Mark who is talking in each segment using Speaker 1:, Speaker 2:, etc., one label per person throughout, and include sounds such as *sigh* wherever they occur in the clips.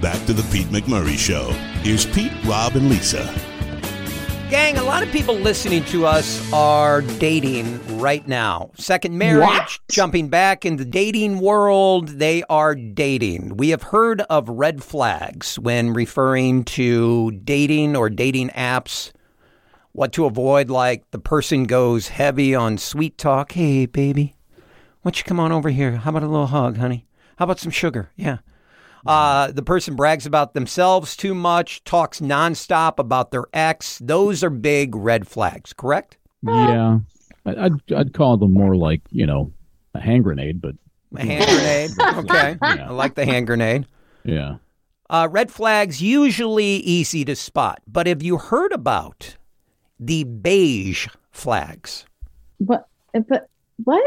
Speaker 1: back to the Pete McMurray Show. Here's Pete, Rob, and Lisa.
Speaker 2: Gang, a lot of people listening to us are dating right now. Second marriage,
Speaker 3: What?
Speaker 2: jumping back in the dating world, they are dating. We have heard of red flags when referring to dating or dating apps. What to avoid, like the person goes heavy on sweet talk. Hey, baby, why don't you come on over here? How about a little hug, honey? How about some sugar? Yeah. Uh, the person brags about themselves too much, talks nonstop about their ex. Those are big red flags, correct?
Speaker 3: Yeah, I- I'd I'd call them more like you know a hand grenade, but
Speaker 2: A hand grenade. Okay.
Speaker 3: Yeah.
Speaker 2: I like the hand grenade.
Speaker 3: yeah,
Speaker 2: Uh, red flags usually easy to spot, but have you heard about the beige flags?
Speaker 4: What? But what?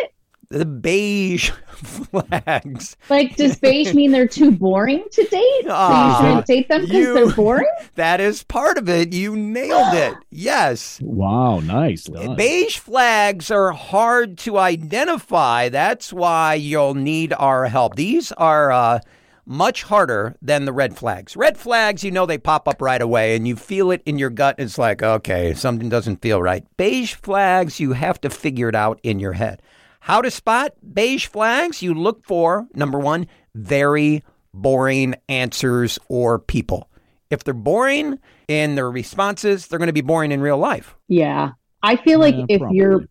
Speaker 2: The beige *laughs* flags.
Speaker 4: Like, does
Speaker 2: *laughs*
Speaker 4: beige mean they're too boring to date?
Speaker 2: Ah,
Speaker 4: so you shouldn't date them because
Speaker 2: you-
Speaker 4: they're boring.
Speaker 2: That is part of it. You nailed it. Yes.
Speaker 3: wow, nice, done.
Speaker 2: Beige flags are hard to identify. That's why you'll need our help. These are uh, much harder than the red flags. Red flags, you know, they pop up right away and you feel it in your gut. It's like, okay, something doesn't feel right. Beige flags, you have to figure it out in your head. How to spot beige flags? You look for number one, very boring answers or people. If they're boring in their responses, they're going to be boring in real life.
Speaker 4: Yeah, I feel like
Speaker 3: Yeah,
Speaker 4: if your
Speaker 3: probably.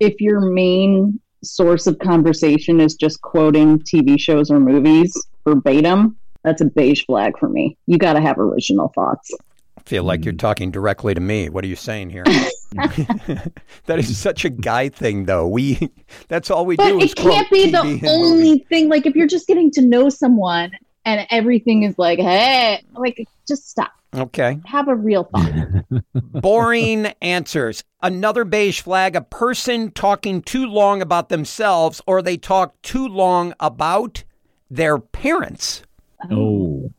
Speaker 4: if your main source of conversation is just quoting TV shows or movies verbatim, that's a beige flag for me. You got to have original thoughts.
Speaker 2: feel like you're talking directly to me. What are you saying
Speaker 4: *laughs*
Speaker 2: here? *laughs* that is such a guy thing, though. We *laughs* that's all we
Speaker 4: But
Speaker 2: do. is
Speaker 4: it can't
Speaker 2: quote
Speaker 4: be the
Speaker 2: TV and
Speaker 4: only *laughs*
Speaker 2: movies.
Speaker 4: thing. Like if you're just getting to know someone and everything is like, hey, like just stop.
Speaker 2: Okay,
Speaker 4: Have a real thought.
Speaker 2: *laughs* boring answers. Another beige flag: a person talking too long about themselves, or they talk too long about their parents.
Speaker 3: Oh,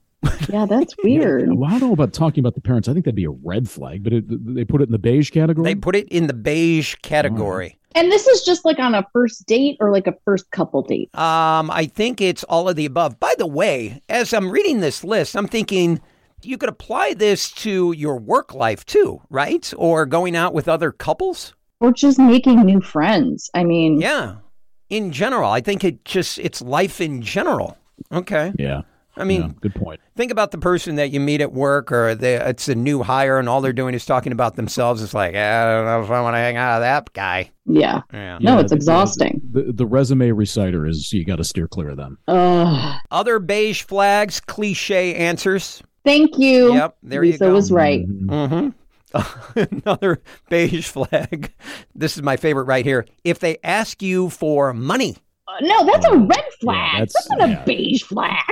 Speaker 4: yeah, that's weird.
Speaker 3: well, I don't know about talking about the parents. I think that'd be a red flag, but it, they put it in the beige category.
Speaker 2: They put it in the beige category.
Speaker 4: And this is just like on a first date or like a first couple date.
Speaker 2: Um, I think it's all of the above. By the way, as I'm reading this list, I'm thinking you could apply this to your work life too, right? Or going out with other couples.
Speaker 4: Or just making new friends. I mean,
Speaker 2: Yeah. In general, I think it just it's life in general. Okay.
Speaker 3: yeah,
Speaker 2: I mean,
Speaker 3: yeah, good point.
Speaker 2: think about the person that you meet at work or they, it's a new hire and all they're doing is talking about themselves. It's like, I don't know if I want to hang out with that guy.
Speaker 4: yeah.
Speaker 2: Yeah.
Speaker 4: No,
Speaker 3: Yeah,
Speaker 4: it's
Speaker 3: the-
Speaker 4: exhausting.
Speaker 3: The the resume reciter is you got to steer clear of them.
Speaker 4: Ugh.
Speaker 2: Other beige flags, cliche answers.
Speaker 4: Thank you.
Speaker 2: Yep, there you
Speaker 4: Lisa
Speaker 2: go.
Speaker 4: was right.
Speaker 3: Mm-hmm.
Speaker 2: hmm Mm-hmm. *laughs* Another beige flag. This is my favorite right here. If they ask you for money,
Speaker 4: Uh, no, that's a
Speaker 3: Oh,
Speaker 4: red
Speaker 3: yeah,
Speaker 4: flag.
Speaker 3: that's-
Speaker 4: that's, not
Speaker 3: yeah.
Speaker 4: a beige flag.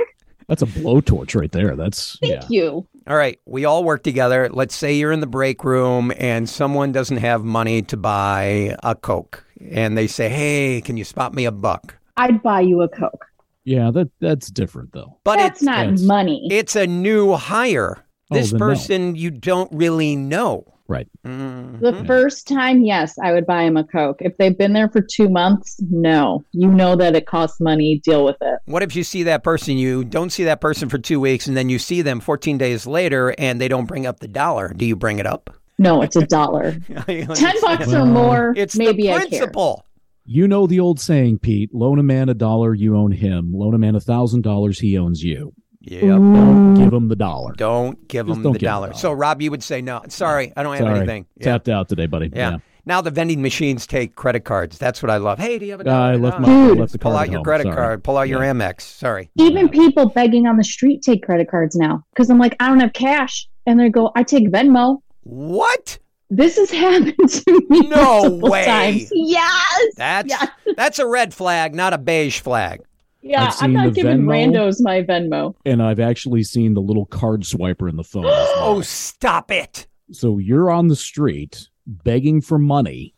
Speaker 3: That's a blowtorch right there. That's
Speaker 4: Thank
Speaker 3: yeah.
Speaker 4: you.
Speaker 2: all right, we all work together. Let's say you're in the break room and someone doesn't have money to buy a Coke. And they say, hey, can you spot me a buck?
Speaker 4: I'd buy you a Coke.
Speaker 3: Yeah, that that's different though.
Speaker 2: But
Speaker 4: that's
Speaker 2: it's,
Speaker 4: not
Speaker 3: That's-
Speaker 4: money.
Speaker 2: it's a new hire.
Speaker 3: Oh,
Speaker 2: This
Speaker 3: then no.
Speaker 2: person you don't really know.
Speaker 3: Right.
Speaker 2: Mm.
Speaker 4: the first time, yes, I would buy him a Coke. If they've been there for two months, no. You know that it costs money. Deal with it.
Speaker 2: What if you see that person, you don't see that person for two weeks, and then you see them 14 days later and they don't bring up the dollar? Do you bring it up?
Speaker 4: No, it's
Speaker 2: *laughs*
Speaker 4: a dollar.
Speaker 2: I
Speaker 4: Ten
Speaker 2: understand.
Speaker 4: bucks
Speaker 3: Well,
Speaker 4: or more,
Speaker 2: It's
Speaker 4: maybe
Speaker 2: the
Speaker 4: I care.
Speaker 2: principle.
Speaker 3: You know the old saying, Pete, loan a man a dollar, you own him. Loan a man a thousand dollars, he owns you.
Speaker 4: Mm-hmm.
Speaker 2: Yeah.
Speaker 4: Mm.
Speaker 3: Don't give him the dollar.
Speaker 2: Don't give
Speaker 3: Just
Speaker 2: them
Speaker 3: don't
Speaker 2: the
Speaker 3: give 'em
Speaker 2: dollar.
Speaker 3: the
Speaker 2: So, Rob, you would say no. Sorry, I don't have
Speaker 3: Sorry.
Speaker 2: anything. Yeah.
Speaker 3: Tapped out today, buddy.
Speaker 2: yeah. Now the vending machines take credit cards. That's what I love. Hey, do you have a
Speaker 3: Uh,
Speaker 2: dollar?
Speaker 3: I left
Speaker 2: No.
Speaker 3: my
Speaker 4: Dude.
Speaker 3: left the
Speaker 2: Pull
Speaker 3: card
Speaker 2: out
Speaker 3: at
Speaker 2: your
Speaker 3: home.
Speaker 2: credit
Speaker 3: Sorry.
Speaker 2: card. Pull out your
Speaker 3: Yeah.
Speaker 2: Amex. Sorry.
Speaker 4: Even people begging on the street take credit cards now because I'm like, I don't have cash. And they go, I take Venmo.
Speaker 2: What?
Speaker 4: This has *laughs* happened to me.
Speaker 2: No
Speaker 4: multiple
Speaker 2: way.
Speaker 4: Times. Yes.
Speaker 2: That's
Speaker 4: Yeah. *laughs*
Speaker 2: that's a red flag, not a beige flag.
Speaker 4: Yeah.
Speaker 3: I've
Speaker 4: I'm
Speaker 3: seen
Speaker 4: not
Speaker 3: the
Speaker 4: giving
Speaker 3: Venmo.
Speaker 4: randos my Venmo.
Speaker 3: And I've actually seen the little card swiper in the phone. as well.
Speaker 2: Oh, stop it!
Speaker 3: So you're on the street begging for money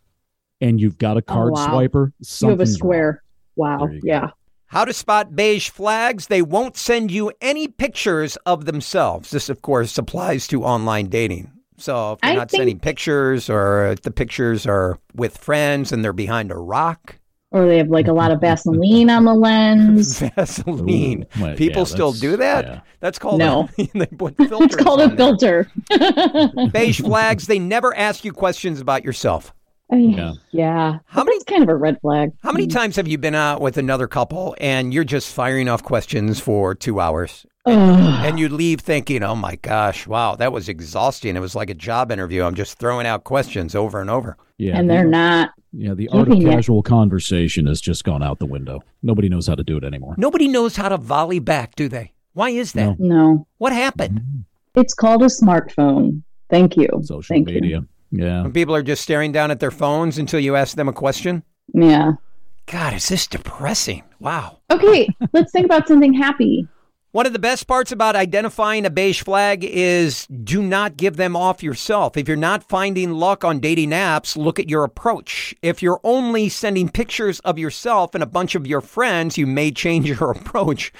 Speaker 3: and you've got a card
Speaker 4: Oh, wow.
Speaker 3: swiper.
Speaker 4: You have a
Speaker 3: Something's wrong.
Speaker 4: square. Wow.
Speaker 3: There you go.
Speaker 4: Yeah.
Speaker 2: How to spot beige flags? They won't send you any pictures of themselves. This, of course, applies to online dating. So if they're
Speaker 4: I
Speaker 2: not
Speaker 4: think-
Speaker 2: sending pictures, or if the pictures are with friends and they're behind a rock,
Speaker 4: or they have like a
Speaker 3: *laughs*
Speaker 4: lot of Vaseline on the
Speaker 2: *laughs*
Speaker 4: lens.
Speaker 2: Vaseline.
Speaker 3: Ooh, well,
Speaker 2: People
Speaker 3: yeah,
Speaker 2: still
Speaker 3: that's-
Speaker 2: do that.
Speaker 3: yeah.
Speaker 2: That's called
Speaker 4: No.
Speaker 2: A, *laughs* they
Speaker 4: *laughs*
Speaker 2: put
Speaker 4: It's
Speaker 2: filters
Speaker 4: called
Speaker 2: on
Speaker 4: a
Speaker 2: there.
Speaker 4: filter. *laughs*
Speaker 2: Beige flags. They never ask you questions about yourself.
Speaker 4: I mean,
Speaker 3: Yeah.
Speaker 4: yeah.
Speaker 2: How many
Speaker 4: It's kind of a red flag. Mm.
Speaker 2: How many times have you been out with another couple and you're just firing off questions for two hours
Speaker 4: Ugh.
Speaker 2: and you leave thinking, oh my gosh, wow, that was exhausting. It was like a job interview. I'm just throwing out questions over and over.
Speaker 3: Yeah.
Speaker 4: and they're not.
Speaker 3: yeah, the art of
Speaker 4: giving it-
Speaker 3: casual conversation has just gone out the window. Nobody knows how to do it anymore.
Speaker 2: Nobody knows how to volley back, do they? Why is that?
Speaker 3: No.
Speaker 4: No,
Speaker 2: What happened?
Speaker 4: it's called a smartphone. Thank you.
Speaker 3: Social
Speaker 4: Thank
Speaker 3: media. Yeah.
Speaker 2: When people are just staring down at their phones until you ask them a question?
Speaker 4: You. Yeah.
Speaker 2: God, is this depressing? Wow.
Speaker 4: Okay, let's think about something happy.
Speaker 2: One of the best parts about identifying a beige flag is do not give them off yourself. If you're not finding luck on dating apps, look at your approach. If you're only sending pictures of yourself and a bunch of your friends, you may change your *laughs* approach.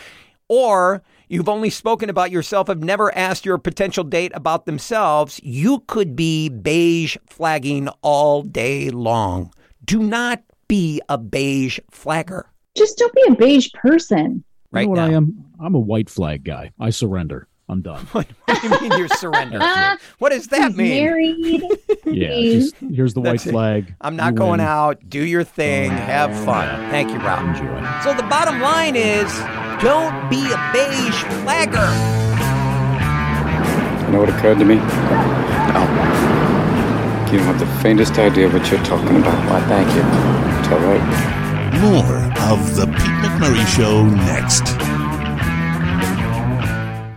Speaker 2: Or you've only spoken about yourself, have never asked your potential date about themselves, you could be beige flagging all day long. Do not be a beige flagger *laughs*
Speaker 4: Just don't be a beige person.
Speaker 2: right
Speaker 3: you know what
Speaker 2: now.
Speaker 3: I am? I'm a white flag guy. I surrender. I'm done.
Speaker 2: What do you mean you're surrendering? what does that
Speaker 4: He's
Speaker 2: mean?
Speaker 4: Married.
Speaker 3: Yeah.
Speaker 2: *laughs*
Speaker 4: Okay.
Speaker 3: Just, here's the white
Speaker 2: That's it.
Speaker 3: flag.
Speaker 2: I'm not
Speaker 3: You
Speaker 2: going
Speaker 3: win.
Speaker 2: out. Do your thing. Have fun. Thank you, Rob.
Speaker 3: Enjoy.
Speaker 2: So the bottom line is don't be a beige flagger.
Speaker 5: You know what occurred to me? No. You don't have the faintest idea what you're talking about. Why, thank you. It's all right.
Speaker 1: More of The Pete McMurray Show next.